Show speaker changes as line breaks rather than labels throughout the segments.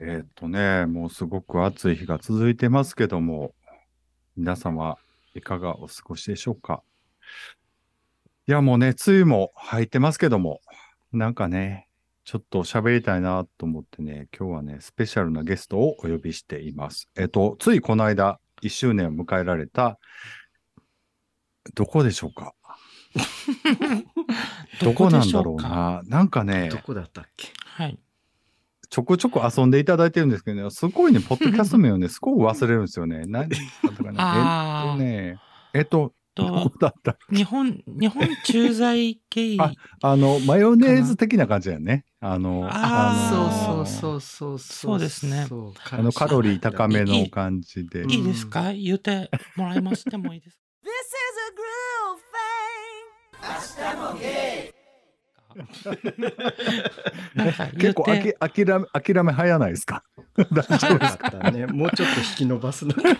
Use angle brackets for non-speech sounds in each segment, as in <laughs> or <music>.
えーっとね、もうすごく暑い日が続いてますけども、皆様、いかがお過ごしでしょうか。いや、もうね、梅雨も入ってますけども、なんかね、ちょっと喋りたいなと思ってね、今日はね、スペシャルなゲストをお呼びしています。えっと、ついこの間、1周年を迎えられた、どこでしょうかどこなんだろうな。なんかね、
どこだったっけ
はい。
ちょこちょこ遊んでいただいてるんですけどね、すごいね、ポッドキャスト名をね、すごく忘れるんですよね。何だったかな
<laughs>
えっ
あー
とね、えっと、ど
と
こ、だった
日本、日本駐在経緯。
<laughs> あの、マヨネーズ的な感じだよね。あの、
あー
の
そうそうそう
そ
そう
うですね
そう
あの、カロリー高め
い
の
い
感じで。
いいですか言ってもらいましてもい
<laughs>
いです
This is a groove thing.
かなんか
結
言っ
構あき
て、
諦め、諦め早ないですか <laughs> 大丈夫ですか
だったね。 <laughs> もうちょっと引き伸ばすのかな。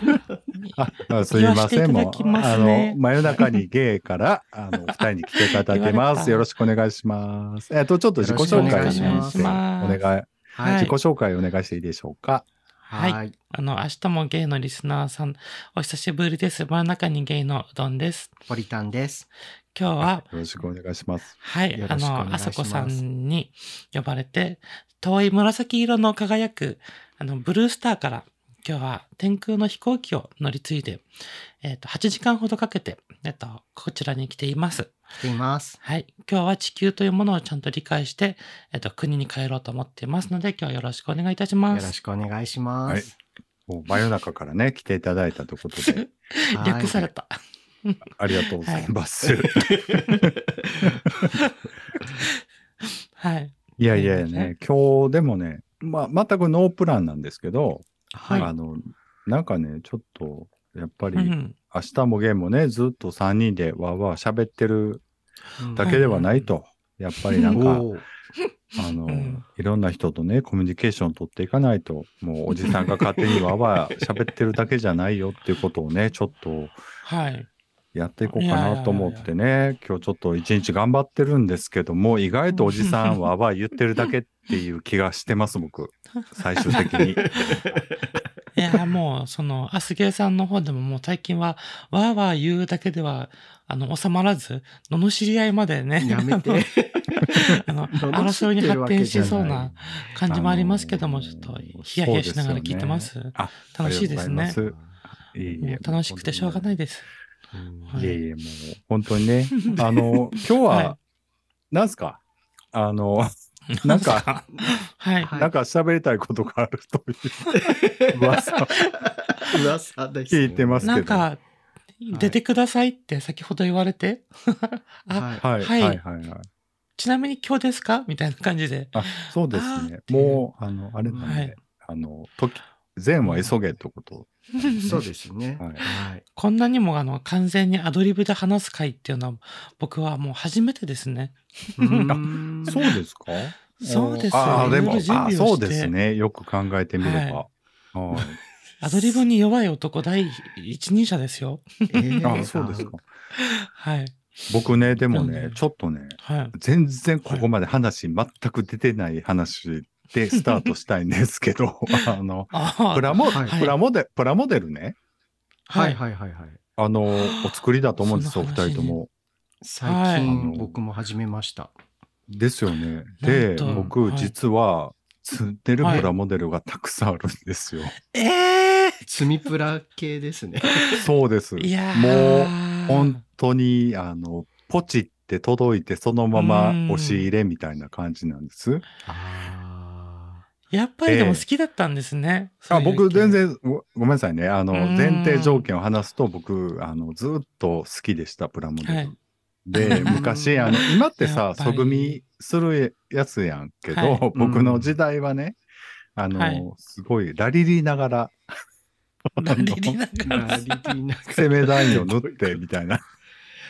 ああすいません、
言
も
わせていただきま
う、あ
すね
の、真夜中にゲイから、あ
<laughs>
の、お二人に来ていただいてま
言われ
す。
た
よろしくお願いします。えっと、ちょっと自己紹
よろ
介
し
し
くお願い
ます。
し
ます
お願い。
はい
自己紹介お願いしていいでしょうか。
<laughs> はい
はい。
あの、明日もゲイのリスナーさん、お久しぶりです。真ん中にゲイのうどんです。
ポリタンです。
今日は、
よろしくお願いします。
はい
よ、
あ
ろしくお願いし
の、
ま
あ
す
さこさんに呼ばれて、遠い紫色の輝く、あの、ブルースターから、今日は天空の飛行機を乗り継いで、えっ、と、8時間ほどかけて、えっと、こちらに来ています。
来ています。
はい。今日は地球というものをちゃんと理解して、えっと、国に帰ろうと思っていますので、今日はよろしくお願いいたし
よ
ま
ろ
す
し。くお願いします。
もう真夜中からね、来ていただいたということで、
はい
略された。
ありがとうございます。
はい。
いやいやいやね、今日でもね、まあ、全くノープランなんですけど、
はい。
あの、なんかね、ちょっと、やっぱり、
うん。
明日もゲームもね、ずっと3人でわーわー喋ってるだけではないと、やっぱりなんか、
おー
あの、
うん
いろんな人とね、コミュニケーション取っていかないと、もうおじさんが勝手にわーわー喋ってるだけじゃないよっていうことをね、ちょっと
はい。
やっていこうかなと思ってね、今日ちょっと一日頑張ってるんですけども、意外とおじさんはわー言ってるだけっていう気がしてます、
<laughs>
僕。最終的に。
いや、もう、その、アスゲーさんの方でももう最近は、わーわー言うだけでは、あの、収まらず、罵り合いまでね、
やめ
<laughs>
て。
<laughs> あの、
罵
争
っ
いに
てる
発
わけ
展
じ
し
ゃない
そうな感じもありますけど
あ
も、
のー
ちょっと、ヒヤヒヤしながら聞いてます。
あ
楽しいです
ありが
ね
と。うございますいえいえ
もう楽しくてしょうがないです。
うん
はい
いえいえ、もう、本当に
<laughs>
ね。あの、今日は、
は
なんすかあ
<laughs>
の、なんか、
はい。
はい
なんか喋りたいことがあるという
<laughs>
噂を
噂です。。
聞いてますす
な
け
ん
ど。
か、出てくださいって先ほど言われて、あ、
は
はい、
い。
は、
はいい
はい、はい。
ちなみに今日ですかみたいな感じで。
あ、そうですね
あ。ー
もう、あの、あれなんで、
はい
あの、時、善は急げってこと。
そうですね。
はい
はい。
こんなにもあの、完全にアドリブで話す回っていうのは、僕はもう初めてですね。
うーん
そうですか
そうですよ
ああ、でも
いろいろ、準
あ
備をし
そ
て
うですね。よく考えてみれば。はい
アドリブに弱い男第一人者ですよ。
えー
あ、そうですか。
はい。
僕ね、でも
う
ね
ん、
ちょっとね、
はい。
全然ここまで話全く出てない話でスタートしたいんですけ
<laughs>
ど、あの、
あ
プ
あ、
ラモ、
はい
プラモデ、プラモデルね、
はいはいはいはい。
あの、お作りだと思うんですよ、お
その
二
話
人とも。
最
は
近
い
僕も始めました。
ですよね。
な
で
ん、と
僕
はい
実は積んでるプラモデルがたくさんあるん
<laughs>
ですよ。
ええ
積みプラ系で
<laughs>
すね。
そうです。
いやー
もう、本当に、あの、ポチって届いてそのまま押し入れみたいな感じなんです。
あ
やっぱりでも
ええ
好きだったんですね。
あ
そういう
僕、
系
全。然ご、ごめんなさいね。あの、
うーん
前提条件を話すと、僕、あの、ずっと好きでした、プラモデル。
はい
で、
<laughs>
昔、あの、今って
や
さ
っ、ぱり
素組みするやつやんけど、
はい
僕の時代はね、あの、
はい
すごい、ラリリながら、
ラ
<laughs>
リリな
あ。
が <laughs> ら
ラリピな
攻めラインを縫って、みたいな。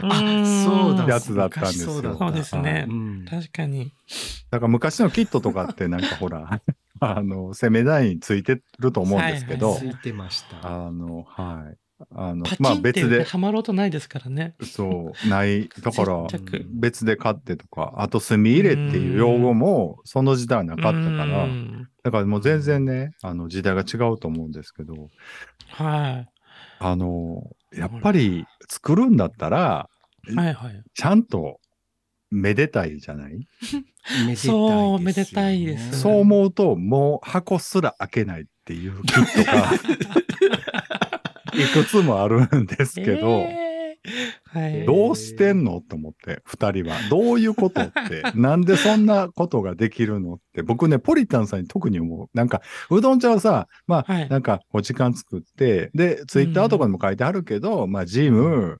あ、そうだ。
やつだったんですよ
昔そうだった
そうですね
うん
確かに。
だから昔のキットとかって、なんかほら、 <laughs> あの、攻めラインついてると思うんですけど、
はいはい
ついてました。
あの、はい。あの
パ、
まあ
チンって、
別
ね、
で、
はまろうとないですからね。
そう、ない。だ
<laughs>
から
ち、っちゃく
別で買ってとか、あと墨入れっていう用語も、その時代はなかったから
う、ん
だからもう全然ね、あの、時代が違うと思うんですけど、
は
あの、やっぱり作るんだったら、
い。はいはい。
ちゃんとめでたいじゃない
めでたいですよね
そうめでたいです
そう思うと、もう箱すら開けないっていうキットが、いくつもあるんですけど、
えーはい。
どうしてんのと思って、二人は。どういうことって、なんでそんなことができるのって、僕ね、ポリタンさんに特に思う。なんか、うどんちゃんはさ、まあ、
はい
なんか、お時間作って、で、ツイッターとかにも書いてあるけど、まあ、ジム、
うん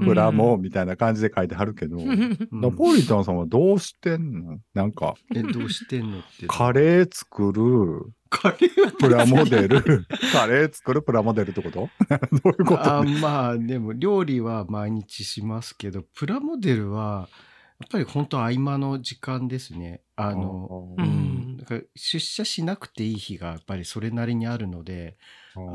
プラモ、みたいな感じで書いてあるけど、
う
ナ
ん
ポリタンさんはどうしてんのなんか、
えどうしてんのって
カレー作る、
カレーは
プラモデル、 <laughs> カレー作る、プラモデルってこと <laughs> どういうこと
あまあでも料理は毎日しますけどプラモデルはやっぱり本当合間の時間ですねあの
う
うんん、だから出社しなくていい日がやっぱりそれなりにあるので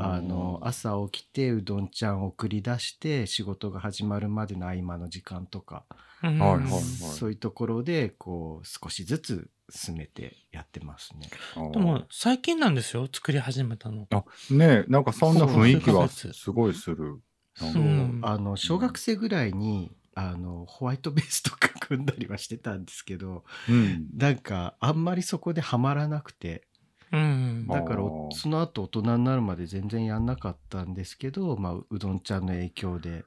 あの、朝起きてうどんちゃんを送り出して仕事が始まるまでの合間の時間とか、
うん
はいはい
そういうところでこう少しずつ進めてやってますね。
でも最近なんですよ作り始めたの。
ねえ、なんかそんな雰囲気は
そう
すごいする。
そう
うん
あの小学生ぐらいにあのホワイトベースとか組んだりはしてたんですけど
うん。
なんかあんまりそこではまらなくて
うん。
あ
だからお
ー
その後大人になるまで全然やんなかったんですけど、まあ、うどんちゃんの影響で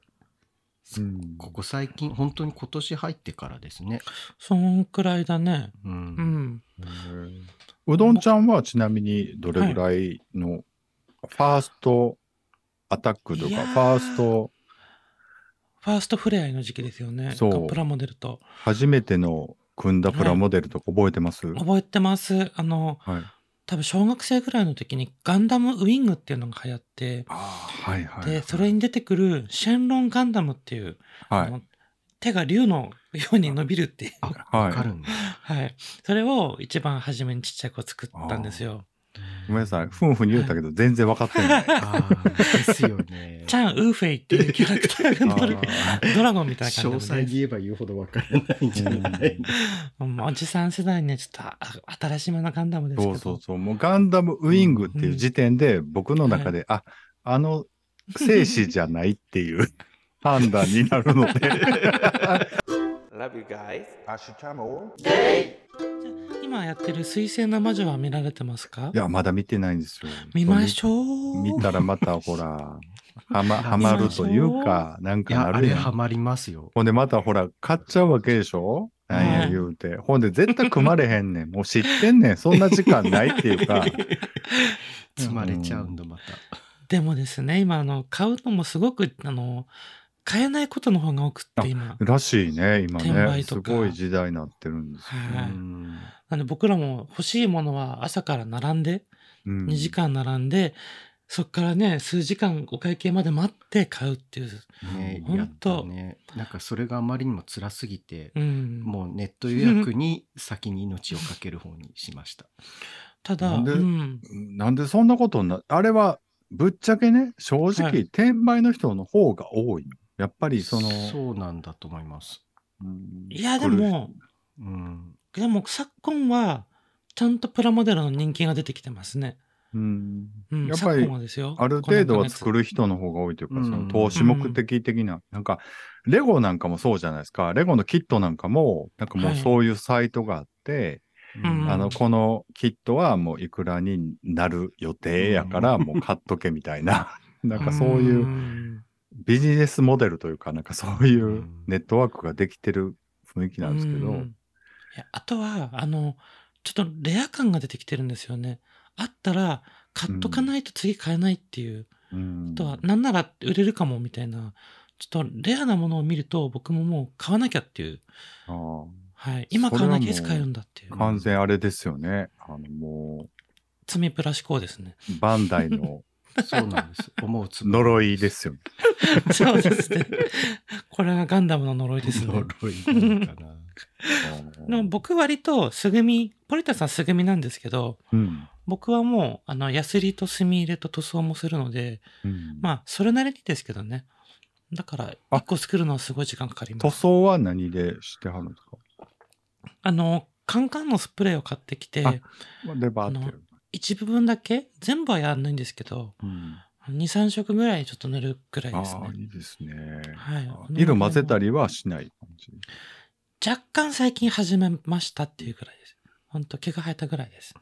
うん
ここ最近本当に今年入ってからですね。
そんくらいだね。
う
うんん。
うどんちゃんはちなみにどれぐらいの、ファーストアタックと
い
か、
やー
ファースト
ファーストフレアの時期ですよね。
そう
プラモデルと。
初めての組んだプラモデルとか覚えてます、
覚えてます。あの、
はい
多分小学生ぐらいの時にガンダムウィングっていうのが流行って、
あーはいはい。
で、それに出てくるシェンロンガンダムっていう、
は
あ
い。
の手が竜のように伸びるっていう、
は
わ
い
かるんだ。
はい。それを一番初めにちっちゃい子作ったんですよ。
ごめんなさい。ふんふん言うたけど、全然分かってない。
<laughs> あーですよね
チ。ャン・ウーフェイっていうキャラクターが乗る
あー
ドラゴンみたいな
詳
感じ
細
で、
に言えば言うほどわからないんじゃない、
うんおじさん世代にはちょっとあ新しめのガンダムですけ
そ
ど。
うそうそう。もうガンダムウィングっていう時点で、僕の中で、あ、あの、生死じゃないって
<laughs>
いう判断になるので。
Love you guys. Ashitamo.
今やってる水星の魔女は見られてますか
いや、まだ見てないんですよ。
見ましょう。
見たらまた、ほら、はま、は
見
ま
ましょう
るというか、なん
い
か
や、
あ
あ
る
れ
や
ハ
ん。
マりますよ。
ほんで、またほら、買っちゃうわけでしょなん
は
や
い
言うて。ほんで、絶対組まれへんねん。もう知ってんねん。そんな時間ないっていう
<laughs>
か。
積まれちゃうんだ、また。
でもですね、今、あの、買うのもすごく、あの、買えないことの方が多くって、今。
らしいね、今
転
ね。
売
す
とか
ごい時代になってるんですよ。
はい。
うん
なんで僕らも欲しいものは朝から並んで、
うん
2時間並んで、そっからね、数時間お会計まで待って買うっていう。
ね、
ほ
や
ん
っ
と
たね。なんかそれがあまりにも辛すぎて、
うん。
もうネット予約に先に命をかける方にし
<laughs>
ました。
ただ、
なんで
うん。
なんでそんなことになあれはぶっちゃけね正直、
はい
転売の人の方が多いのやっぱりその
そうなんだと思います。
うん
いや、で
来る
も、
うん。
でも昨今は、ちゃんとプラモデルの人気が出てきてますね。
うん
うん、
やっぱり
昨今はですよ。
ある程度は
る。
作る人の方が多いというか、
うん
その投資目的的な、なんか、レゴなんかもそうじゃないですか。レゴのキットなんかも、なんかも
は
う
い
そういうサイトがあって、
うん
あの、このキットはもういくらになる予定やから、もう買っとけみたいな、 <laughs> なんかそういう
うん
ビジネスモデルというか、なんかそういううんネットワークができてる雰囲気なんですけど、
うんいやあとはあのちょっとレア感が出てきてるんですよねあったら買っとかないと次買えないっていう、
うん
あとはなんなら売れるかもみたいなちょっとレアなものを見ると僕ももう買わなきゃっていう、
あー
はい、今買わなきゃいつ買えるんだっていう
もう
完全あれですよね。あの、も
罪プラ思
<laughs>
考ですね
う、バンダイの
そうなんです。思うつぼ
呪いです
<laughs>
よね。
そうですねこれがガンダムの呪いですね
<laughs> 呪いなのかな。
でも僕割とすぐみポリタさんすぐみなんですけど
うん。
僕はもう、あの、ヤスリと墨入れと塗装もするので、
うん
まあ、それなりにですけどね。だから、
あ
1個作るのはすごい時間かかりま
塗
す。
装は何でしてはるんですか
あの、カンカンのスプレーを買ってきて、
あで、バーってやる。
一部分だけ、全部はやらないんですけど、
うん
2、3色ぐらいちょっと塗るぐらいです
ああ、
ね。
いいですね。
はい
あ。色混ぜた
り。
りはしない感じ。
若干最近始めましたっていうぐらいです。ほんと毛が生えたぐらいです。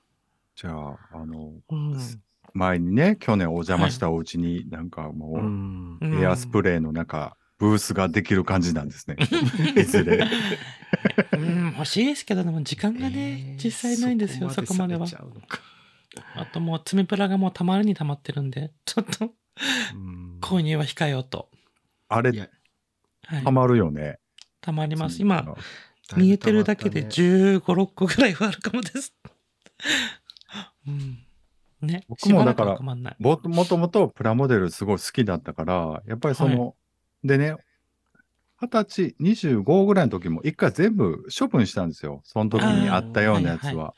じゃあ、あの、
うん
前にね、去年お邪魔したお家に、なんかもう、
<laughs>
ん
うん
エアスプレーの中、ブースができる感じなんです
<laughs>
ね。いずれ。
うん、欲しいですけど、でも時間がね、
えー
実際ないんですよ、そこまでは
さ。れちゃうのか
あともう、爪プラがもうたまりにたまってるんで、ちょっと
うん
購入は控えようと。
あ
いや
れ、
はい
た、まるよね。
たまります。
爪が
今、見えてるだけで
だいぶ
15、6個ぐらいはあるかもです。 <laughs> うん。ね、
僕もだから
しばらくは困んない。
ぼもともとプラモデルすごい好きだったから、やっぱりその、でね、二十歳、25ぐらいの時も一回全部処分したんですよ。その時にあったようなやつ
あーはい
は。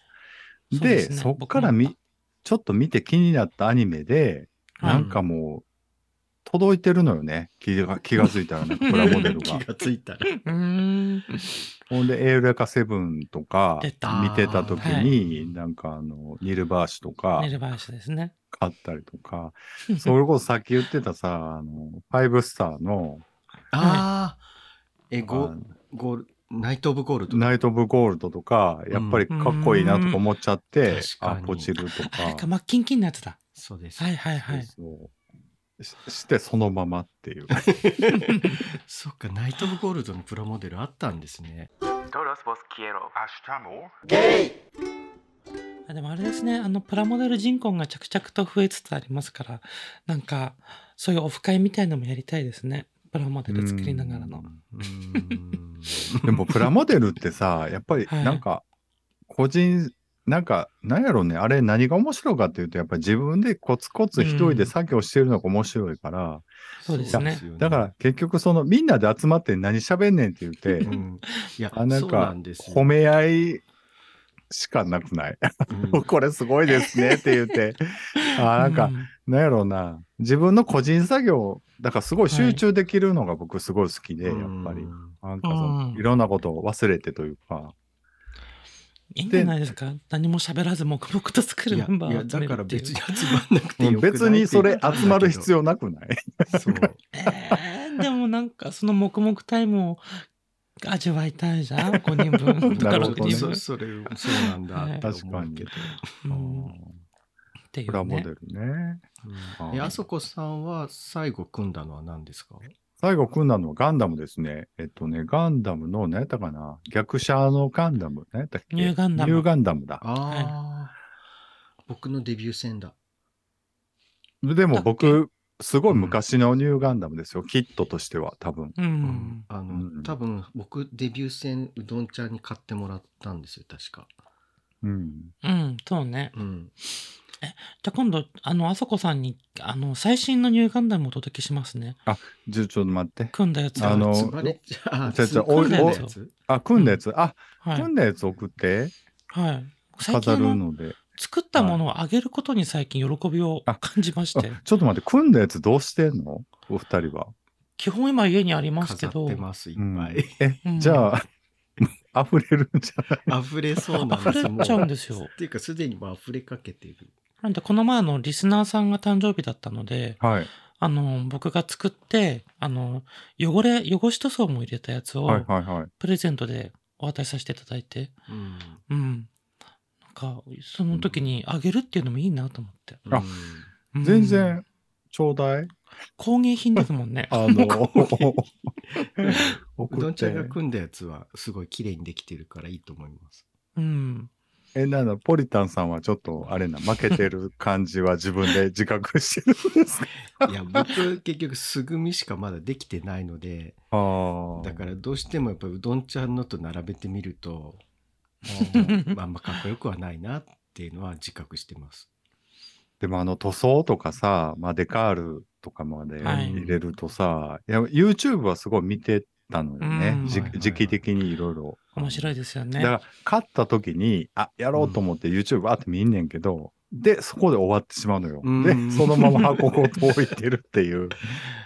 いそう
で
ですね
そっから
僕も
み、ちょっと見て気になったアニメで、
はい
なんかもう、届いてるのよね。気が気がついたらね、プラモ
<laughs>
デル
気
が。
がついたら
うーん。
ほんで、エーレカセブンとか
出た
見てた時
は
に、なんかあの、ニルバーシュとか
ネルバーシュですね。
買ったりとか、それこそさっき言ってたさ、あの、ファイブスターの、
ああえ
あ
ゴゴールナイト・オブ・ゴールド
ナイト・オブ・ゴールドとか、やっぱりかっこいいなとか思っちゃって、
うん確か
あ
に、
ポチると
あれか、
か。
マッキンキンのやつだ。
そうです
はいはいはい。
そうそうしして、そのままっていう。
そっかナイト・オブ・ゴールドのプラモデルあったんですね
Todos vos quiero. Hasta more.
あでもあれですね、あの、プラモデル人口が着々と増えつつありますから、なんか、そういうオフ会みたいのもやりたいですね。プラモデル作りながらの。
うーん
でも、プラモデルってさ、やっぱりなんか、個人、なんか、なんやろうね、あれ何が面白いかっていうと、やっぱり自分でコツコツ一人で作業してるのが面白いから、
そうですね
そよ
だから結局そのみんなで集まって何喋んねんって言って
う、んいや
あなん
そう
か
なんですよ
褒め合いしかなくない。
うん
<laughs> これすごいですねって言
<laughs>
って、あーなんか、なんやろうな、自分の個人作業、だからすごい集中できるのが僕すごい好きで、やっぱり
う。ん
なんかその
うん
いろんなことを忘れてというか、
いいんじゃないですか何も喋らず黙々と作るメ
いや
ンバ
い
ー
や
を集める
だから
っていう
別に集まんなくてよくない
別にそれ集まる必
要
要なくない
そう
<laughs> えーでもなんかその黙々タイムを味わいたいじゃん5人
<laughs>
分とか
なる
6
ほどね
人分
そそれそうなん
は
だ
い
って思うけど、
うん
う
っ
ん
てい
プラ
う
モデ
ね
ルね。
うんえあそこさんは最後組んだのは何ですか
最後組んだのはガンダムですね。えっとね、ガンダムの、何やったかな逆車のガンダム。何やったっけ
ニューガンダム
ニューガンダムだ。
ああー、僕のデビュー戦だ
で
だ
も
っけ
僕、すごい昔のニューガンダムですよ。キットとしては、多分。
う
うんあの、
うん
多分僕デビュー戦うどんちゃんに買ってもらったんですよ確か
うん。
うんそうね
うん
じゃあ今度あのあそこさんにあの最新のニューガンダムをお届けしますね
じゃちょっと待って。
組んだやつ
あの
つまれちゃう
ちょちょ
組んだ
おい
やつ
あ、組んだやつ。あ、
はい
組んだやつ送って、
はい最
飾
近あ
る
の
ので。
作ったものをあげることに最近喜びを
あ
感じまし
あ
て
ちょっと待って、組んだやつどうしてんのお二人は。
基本今家にありますけ
飾っ
ど
てますいっ
うん
ぱい、
え、
うん
じゃあ、 <laughs> 溢れるんじゃない
溢れそうなんです
溢れちゃうんですよ
っていうかすでにもう溢れかけてる
なんでこの前あのリスナーさんが誕生日だったので
はい。
あの、僕が作って、あの、汚れ、汚し塗装も入れたやつを
はいはいはい。
プレゼントでお渡しさせていただいて、
うん
うん。なんか、その時にあげるっていうのもいいなと思って。
あ
う
う
ん
ん
全。然、ちょうだい。
工芸品ですもんね。
<laughs> あの、
う
<laughs> 送
ど
っ
んちゃんが
て。
組んだやつはすごい綺麗にできてるからいいと思います。
うん。
え、なんだ、ポリタンさんはちょっと、あれな、負けてる感じは自分で自覚してるんですか
いや僕結局素組みしかまだできてないので
ああ。
だからどうしてもやっぱうどんちゃんのと並べてみるとまああんまかっこよくはないなっていうのは自覚してます。
でもあの塗装とかさ、まあ、デカールとかまで
はい
入れるとさ、い、や YouTube はすごい見てたのよね
う。ん
じ
はいはいはい
時期的にいろいろ。
面白いですよね。
だから、勝った時に、あ、やろうと思って YouTube あって見んねんけど、で、そこで終わってしまうのよ
うん。
で、そのまま箱ごと置いてるっていう。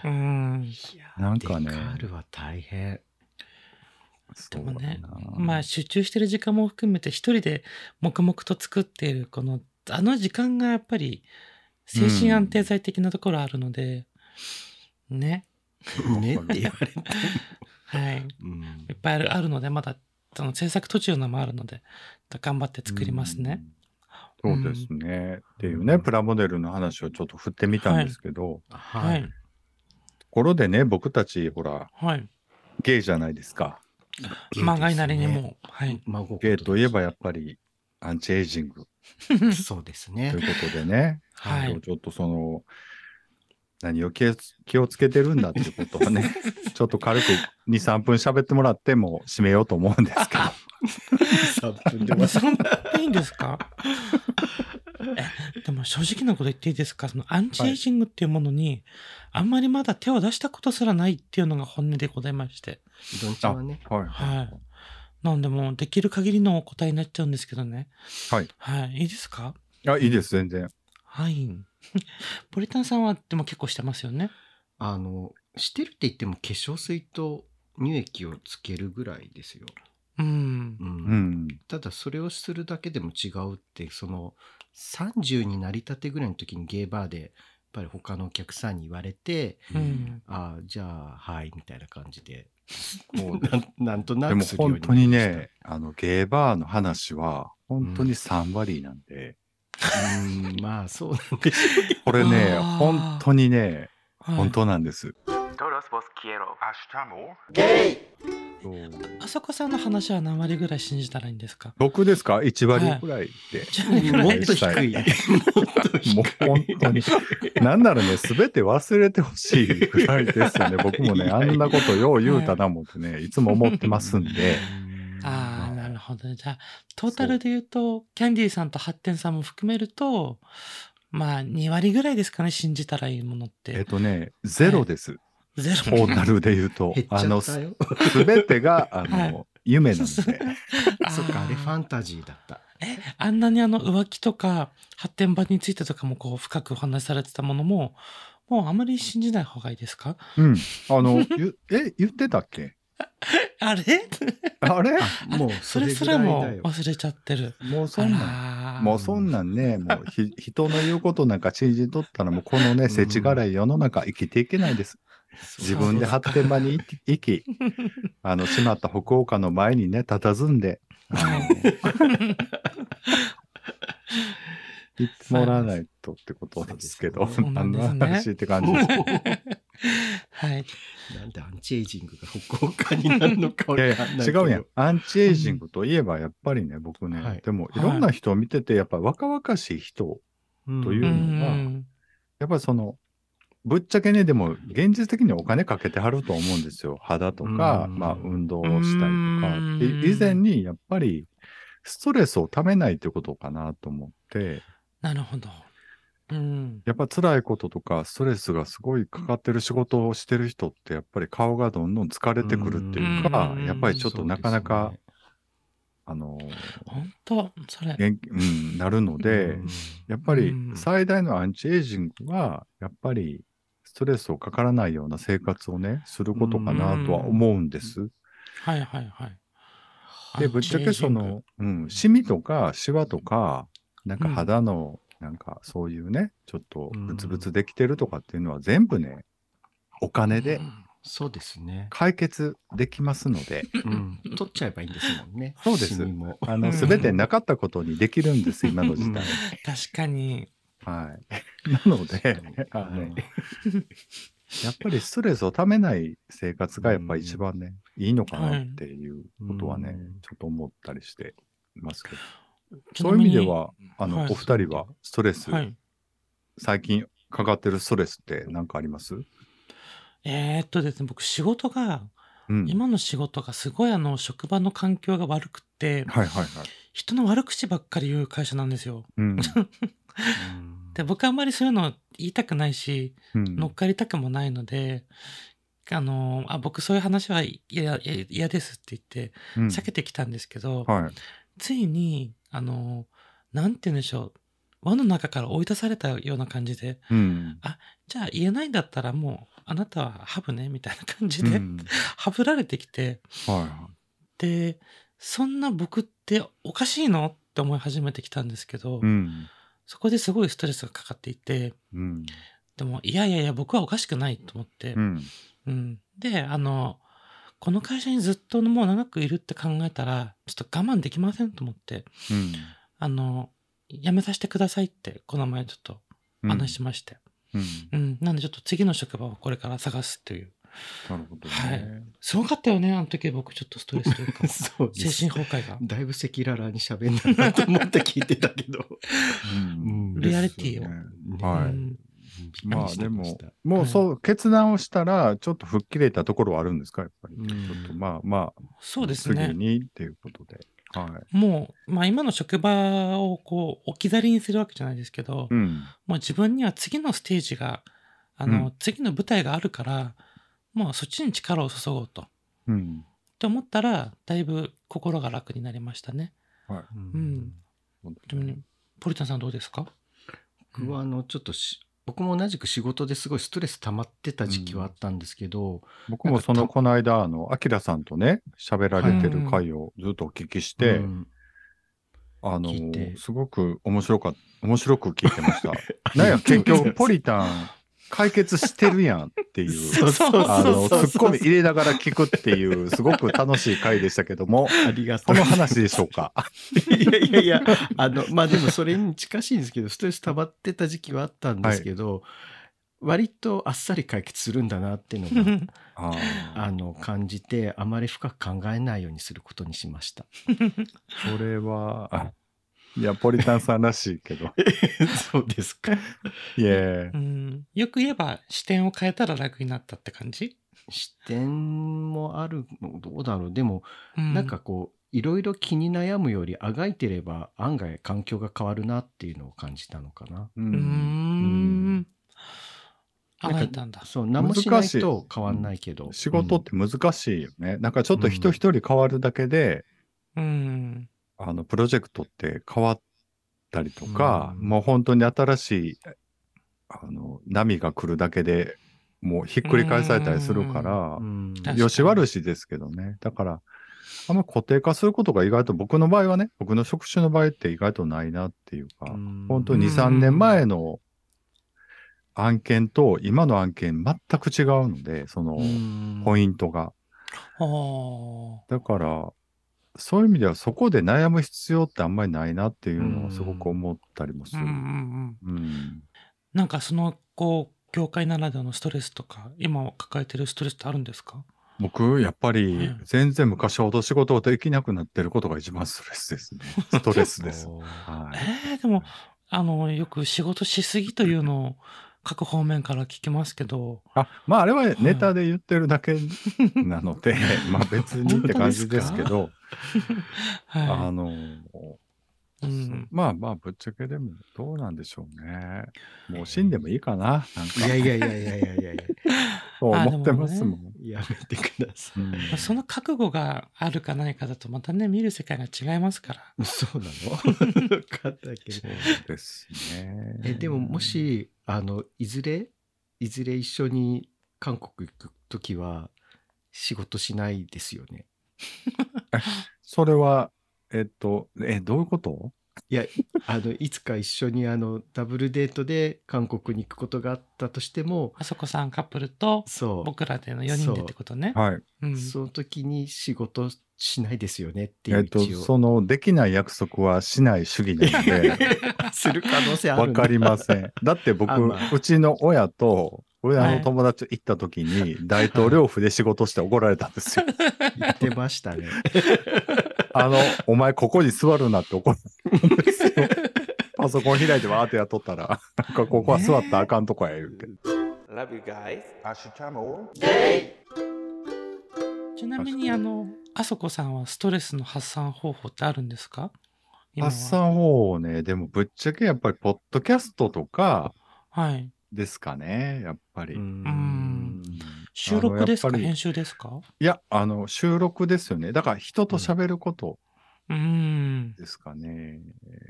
うん。
なんかね
デカールは大変。
でもね
そうだな
まあ集中してる時間も含めて一人で黙々と作っているこのあの時間がやっぱり精神安定剤的なところあるので、ね
ねって言われて。
はい
うん
いっぱいあるあるのでまだその制作途中のもあるので頑張って作りますね。
そうですね。っていうね、プラモデルの話をちょっと振ってみたんですけど、
は
はいい。
ところでね、僕たち、ほら、
はい
ゲイじゃないですか。
漫画になりに。もは
ゲー
い
ですね孫
ゲイといえばやっぱりアンチエイジング
そうですね
と。いうことでね、
は
今
い
日ちょっとその、何を気を気をつけてるんだっていうことをね、ちょっと軽く2、3分喋ってもらってもう締めようと思うんですけど。
3分で終わ
そんないいんです
<laughs>
かえでも正直なこと言っていいですかそのアンチエイジングっていうものにあんまりまだ手を出したことすらないっていうのが本音でございまして
る。どんちゃんはね。
はい。
はいなんでもうできる限りのお答えになっちゃうんですけどね
はい、
はい、いいですか
あ、いいです、全然。
はいポリタンさんはでも結構してますよね
あの、してるって言っても化粧水と乳液をつけるぐらいですよ。
うん
う。
うんん。
ただそれをするだけでも違うって、その30になりたてぐらいの時にゲーバーで、やっぱり他のお客さんに言われて、
うん
ああ、じゃあ、はい、みたいな感じで、
もう
なんなんとな
で
く
も
するように
本
なり
当
ま
に
した
ね、あの、ゲーバーの話は、本当に3割なんで、
うーんまあそうなんでしょうけど
これね、
あー
本当にね、
はい
本当なんです。
Todos vos quiero. Hasta more.
あそこさんの話は何割ぐらい信じたらいいんですか
僕ですか ?1 割ぐらいで。
もっと低
<laughs>
い。もっと低い。
もう本当に。なんならね、すべて忘れてほしいぐらいですよね。僕もね、あんなことよう言うたなもんってね、いつも思ってますん
<laughs>
で。
ああ、なるほどね。じゃあ、トータルで言うと、キャンディーさんとハッテンさんも含めると、まあ、2割ぐらいですかね、信じたらいいものっ。
えってとね、ゼロです。
ゼ
ト
ロ。
ータルで言うと
減っ。
あ
ちゃ
の、
った
す
よ。
べてが、あ
はい
の、夢なんで。
<laughs> あー
そっか、あれファンタジーだった。
え、あんなにあの浮気とか、発展場についてとかもこう、深くお話しされてたものも、もうあまり信じない方がいいですか
うん。あの、ゆえ、言ってたっけ
あれ
あれ
もう
そ
それ
れす
ぐら
ら
いだ
も
よ。
忘れちゃってる。
もうそ
あ
んなん。
らー。
もうそんなんね、もうひ <laughs> 人の言うことなんか信じとったら、もうこのね、世知辛い世の中生きていけないです。自分で発展場に行き行き、あの、しまった福岡の前にね、佇んで、あの行ってもらわないとってことですけど、
そうな
何
んで
の
すね
話って感じです。
はい。
なんでアンチエイジングが歩行家になるのかわ
いやい
かんない
や、違
けど
うやん。。アンチエイジングといえば、やっぱりね、僕ね、
はい
でも、いろんな人を見てて、やっぱ若々しい人、
うん
という
う
のが
ん。
やっぱりその、ぶっちゃけね、でも、現実的にお金かけてはると思うんですよ。肌とか、
うん
まあ、運動をしたりと
うん
か。で以前に、やっぱり、ストレスをためないということかなと思って、
なるほど。うん。
やっぱ辛いこととか、ストレスがすごいかかってる仕事をしてる人って、やっぱり顔がどんどん疲れてくるっていうか
う、ん
やっぱりちょっとなかなか、あの、
本当それ。
元気、うん、なるの
そう
で、
すね
やっぱり
うん
最大のアンチエイジングは、やっぱりストレスをかからないような生活をね、することかなとは思うんです。
はいはいはい。
で、ぶっちゃけその、うん、シミとかシワとか、なんか肌の、なんかそういうね、ちょっとブツブツできてるとかっていうのは全部ね、お金で
そうです
<laughs>
ね。
解決できますので、
うん取っちゃえばいいんですもんね。
そうです
シミも
あ
う
の、
ん
すべてなかったことにできるんです、今の時代。
確かに。
はい。 <laughs> なので、あ
は
の
い、
やっぱりストレスをためない生活がやっぱり一番ね、いいのかなっていうことはね、
うん
ちょっと思ったりしてますけど、
ち
そう
な
いう
み
意
に
味で、は、あの、
はい
お二人はストレス、
はい、
最近かかってるストレスって何かあります
えーっとですね、僕仕事が、
うん。
今の仕事がすごいあの、職場の環境が悪くて、
はいはいはい。
人の悪口ばっかり言う会社なんですよ。 <laughs>
うん。
うん
で、僕あんまりそういうの言いたくないし、
うん
乗っかりたくもないので、あの、あ、僕そういう話は嫌嫌嫌ですって言って、
うん
避けてきたんですけど、
はい。
ついに、あの、なんて言うんでしょう。輪の中から追い出されたような感じで、
うん。
じゃあ言えないんだったらもう、あなたはハブね、みたいな感じ
う
で、
ん
ハブられてきて、
は
で、そんな僕っておかしいのって思い始めてきたんですけど、
い。うん。
そこですごいストレスがかかっていて、
うん。
でも、いやいやいや、僕はおかしくないと思って、
うん。
うん、であのこの会社にずっともう長くいるって考えたらちょっと我慢できませんと思って
うん。
あの辞めさせてくださいってこの前ちょっと話しまして、
うん。
うんなんでちょっと次の職場をこれから探すという
なるほどね。
はいすごかったよねあの時僕ちょっとストレスという
<laughs>
か
そうで
精
す
神崩壊が
だいぶ赤裸々に喋んだなと思って聞いてたけど。
<laughs> うん。
リアリティを
ですよね
う
はい
ん、
い
まあでも、
は
も
いう
そう、決断をしたら、ちょっと吹っ切れたところはあるんですか、やっぱり。
うん
ちょっとまあまあ、
そうですね
次にっていうことで。はい。
もう、まあ、今の職場をこう置き去りにするわけじゃないですけど、
うん。
もう自分には次のステージがあの、
う
次の舞台があるからもうそっちに力を注ごうと。
うん。
って思ったらだいぶ心が楽になりましたね。うんちなみにポリタンさんどうですか
僕はあのちょっとし僕も同じく仕事ですごいストレス溜まってた時期はあったんですけど、
僕もその、この間、あの、アキラさんとね、喋られてる回をずっとお聞きして、
うん
あ
聞いて
の、すごく面白かっ面白く聞いてました。なんや、結
<laughs>
局、ポリタン解決してるやんっていう、
そう
あの、
そうそう
ツッコミ入れながら聞くっていう、すごく楽しい回でしたけども、
ありがと
こ
う
の話でしょうか。
いやいやいや、あの、まあでもそれに近しいんですけど、ストレス溜まってた時期はあったんですけど、割とあっさり解決するんだなっていうの
<laughs>
が、
あ
あの、感じて、あまり深く考えないようにすることにしました。
それは、あいや、ポリタンさんらしい
<laughs>
けど。
そうですか。
いえ
<laughs> う。ん、よく言えば視点を変えたら楽になったって感じ、
視点もある、どうだろう。でも、
う
なんかこう、いろいろ気に悩むよりあがいてれば案外環境が変わるなっていうのを感じたのかな。
う
うー
ん
んあ
な
ら
んか
えたんだ。
そう、何もしないと変わんないけど。
仕事って難しいよね。なんかちょっと人一人変わるだけで、
うん
あの、プロジェクトって変わったりとか、
うん
もう本当に新しい、あの、波が来るだけでもうひっくり返されたりするから
う、ん、
うん
よし悪しですけどね。だから、あんま固定化することが意外と僕の場合はね、僕の職種の場合って意外とないなっていうか、本当
に
2、3
うん
年前の案件と今の案件全く違うので、そのポ
イン
イントが。
あー
だから、そういう意味ではそこで悩む必要ってあんまりないなっていうのをすごく思ったりもす
うん
る
う。んうん
うん。
なんかそのこう業界ならではのストレスとか今抱えてるストレスってあるんですか
僕、やっぱり
うん
全然昔ほど仕事をできなくなってることが一番ストレスですね。ストレスです。はい。
えー、でもあのよく仕事しすぎというのを各方面から聞きますけど
あ、まああれはネタで言ってるだけなので、まあ別にって感じですけど、あ
は
の、
い、うん、
まあまあ、ぶっちゃけでもどうなんでしょうね。もう死んでもいいかな、なんか
いやいやいやいやいやいやいや、
と思ってます
あで
も
も
ん。
やめてくださ
うん
まあその覚悟があるかないかだとまたね見る世界が違いますから
い。そうなのよかったけ
そ
ど。
うですね。
え、でもも、し、あの、いずれ、いずれ一緒に韓国行くときは、仕事しないですよね。
それは、えっと、え、どういうこと
いや、あの、いつか一緒にあの、ダブルデートで韓国に行くことがあったとしても、
あそこさんカップルと
そ
僕らでの4人でってことね
はい。
う
う、
ん
その時に仕事しないですよねってい
えっ
う
と、
一応、
その、できない約束はしない主義なの
<laughs>
で、
する可能性ある
わ
んだ
かりません。だって僕、
あまあ
うちの親と、親の友達と行った時に、大統領府で仕事して怒られたんですよ。
言ってましたね。
あの、お前ここに座るな <laughs> って怒られたんですよ。パソコン開いてわーってやっとったら、なんかここは座ったらあかんとこや言うて。
Love you guys. Ashitamo.
ちなみにあのあそこさんはストレスの発散方法ってあるんですか今は
発散方法ね、でもぶっちゃけやっぱり、ポッドキャストとか
はい
ですかね、やっぱり。
ん
あ
収
の
録
やっ
ですか
ぱり
編集ですか
いや、あの、収録ですよね。だから人と喋ること
うん。
ですかね。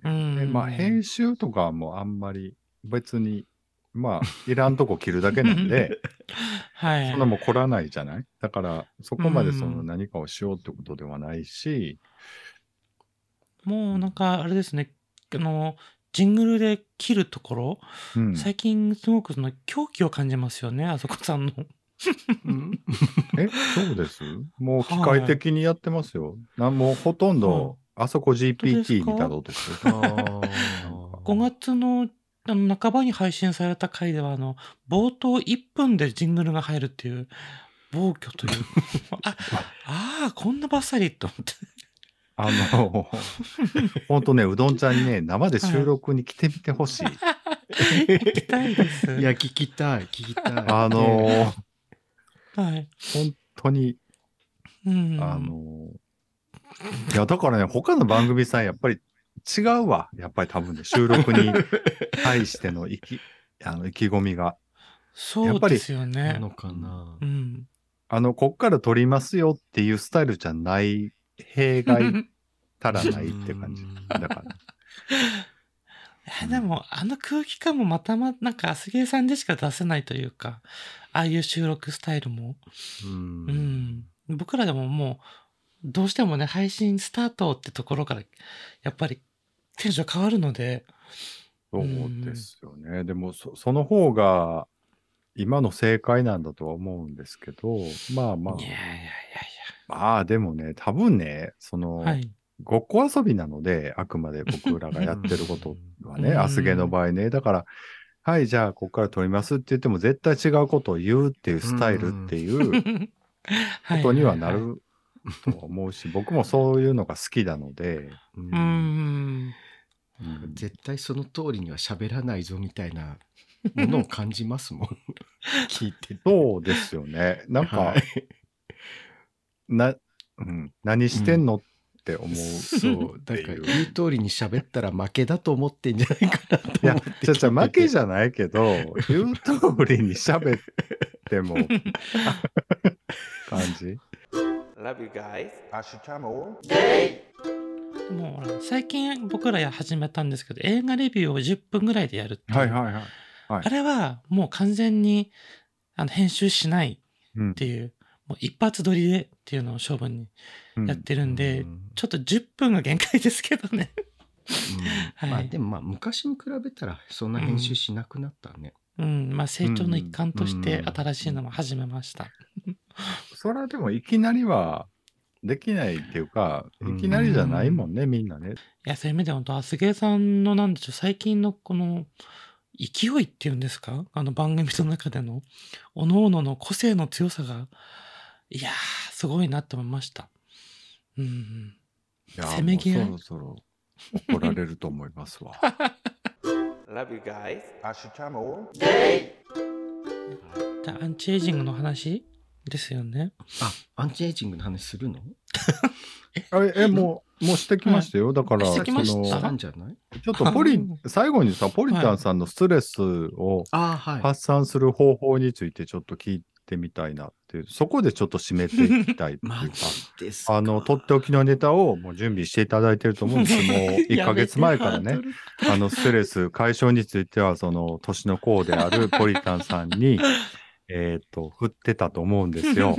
うん
でまあ、編集とかもあんまり別に、まあ、いらんとこ切るだけなん
<laughs>
で、
はい。
そんなもん凝らないじゃないだから、そこまでその
うん
何かをしようってことではないし、
もうなんかあれですね、あの、ジングルで切るところ、
うん
最近すごくその狂気を感じますよね、あそこさんの。
うん
<laughs> え、そうですもう機械的にやってますよ。なんもうほとんど、あそこ GPT にたどってきて <laughs> る。
5月のあの半ばに配信された回では、あの、冒頭1分でジングルが入るっていう、暴挙と
<laughs>
いう。あ、ああ、こんなバッサリと思って。
あの、ほんとね、うどんちゃん <laughs> にね、生で収録に来てみてほしい。
行きたいです。
いや、聞きたい、聞きたい。
あのー、
はい。
本当に、
うん。
あのー、いや、だからね、他の番組さん、やっぱり違うわ。やっぱり多分ね、収録 <laughs> に対しての意気、あの、意気込みが。
そうですよ
な
ね。
のかな
う。ん。
あの、こっから撮りますよっていうスタイルじゃない、弊
<laughs>
害たらないって感じ。だから。
えでも、あの空気感もまたま、なんか、アスゲーさんでしか出せないというか、ああいう収録スタイルも。
う。
うんん。僕らでももう、どうしてもね、配信スタートってところから、やっぱり、テンション変わるので、
そうですよね。でもそ、その方が、今の正解なんだとは思うんですけど、まあまあ
い、やいやいやい
まあでもね、多分ね、その、
や。はい。 <laughs>
ごっこ遊びなので、あくまで僕らがやってることはね、
うん
アスゲの場合ね。だから、はい、じゃあ、ここから撮りますって言っても、絶対違うことを言うっていうスタイルって
<laughs>
いうこ
はい
とにはな。ると思うし、僕もそういうのが好きなので、
う
う
んん。
うん
絶対その通りには喋らないぞみたいなものを感じますもん。聞いてて。
そうですよね。なんか、
はい
な、うん、何してんのって思う。
そう。だ
て
から
いう
言う通りに喋ったら負けだと思ってんじゃないかなと
い
思
や
って聞いてて。
じゃじゃ負けじゃないけど、言う通りに喋っても、感じ。
Love you guys. Ashitamo.
でもほら、最近僕らや始めたんですけど、映画レビューを10分ぐらいでやるっていう。
はいはい。
あれは、もう完全に、あの、編集しない
うん
っ。ていう、もう一発撮りでっていうのを勝負に
うん
やってるんで、
うん
ちょっと10分が限界ですけどね。 <laughs>
うんま
は
あ
い
でもまあ昔に比べたらそんな編集しなくなったね。
うん、まあ成長の一環として
うん
新しいのも始めました。
それはでもいきなりはできないっていうか、いきなりじゃないもんね、みんなね。
いや、そういう意味で本当、アスゲーさんのなんでしょう、最近のこの勢いっていうんですかあの番組の中での、おののの個性の強さが、いやー、すごいなって思いました。うん。
いや
せめぎ合い
もうそろそろ怒られると思います <laughs> わ。
Love you guys. Ashitamo.
じゃあアンチエイジングの話ですよね。
あアンチエイジングの話するの
あれえ、もう、もうしてきましたよ。だから、
してきまし
そ
た
したん
の
じゃない
ちょっとポリ
うん、
最後にさ、ポリタンさんのストレスを
ああはい。
発散する方法についてちょっと聞いてみたいなっていう、そこでちょっと締めていきたいっていう
<laughs> マ
か
ジ。ですか
あの、とっておきのネタをもう準備していただいてると思うんですけど、
<laughs>
もう1ヶ月前から
<laughs>
ね。あの、ストレス解消については、その、年の功であるポリタンさん
<laughs>
に、えっと、振ってたと思うんですよ。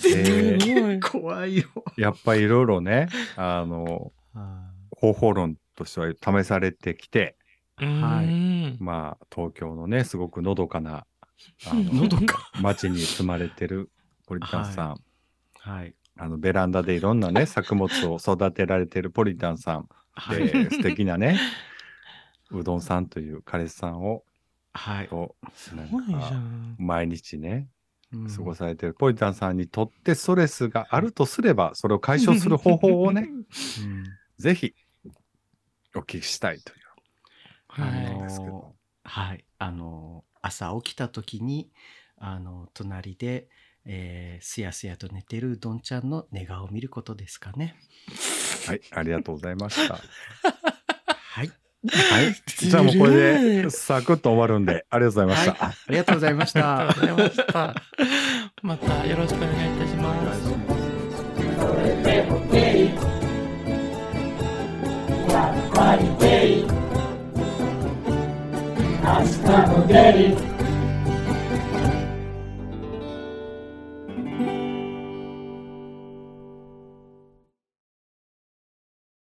絶対すごい。
怖いよ。
やっぱりいろいろね、あの、
あ
方法論としては試されてきて、
はい
うん
まあ、東京のね、すごくのどかな、あ
ー喉
の、
か。
街に住まれてるポリタンさん。
はい。
あの、ベランダでいろんなね、作物を育てられてるポリタンさん。
は
で、
い。
素敵なね、うどんさんという彼氏さんを、
はい。
とな
すごいじ
ん
ゃ
か
ん。
毎日ね、
うん
過ごされてるポリタンさんにとってストレスがあるとすれば、それを解消する方法をね、
うん
ぜひお聞きしたいという
あ
はい
ことですけ
の
ど。
はい。あの朝起きた時にあの隣で。えー、すやすやと寝てるうどんちゃんの寝顔を見ることですかね。
はい、ありがとうございました。
はい。 <laughs>
はい、じゃあもうこれでサクッと終わるんで、ありがとうございました。
はい、ありがとうございまし
ありが。と
た
うございました。またよろしくお願いいたします。
Thank you.
Party Day. Hasta Spaghetti.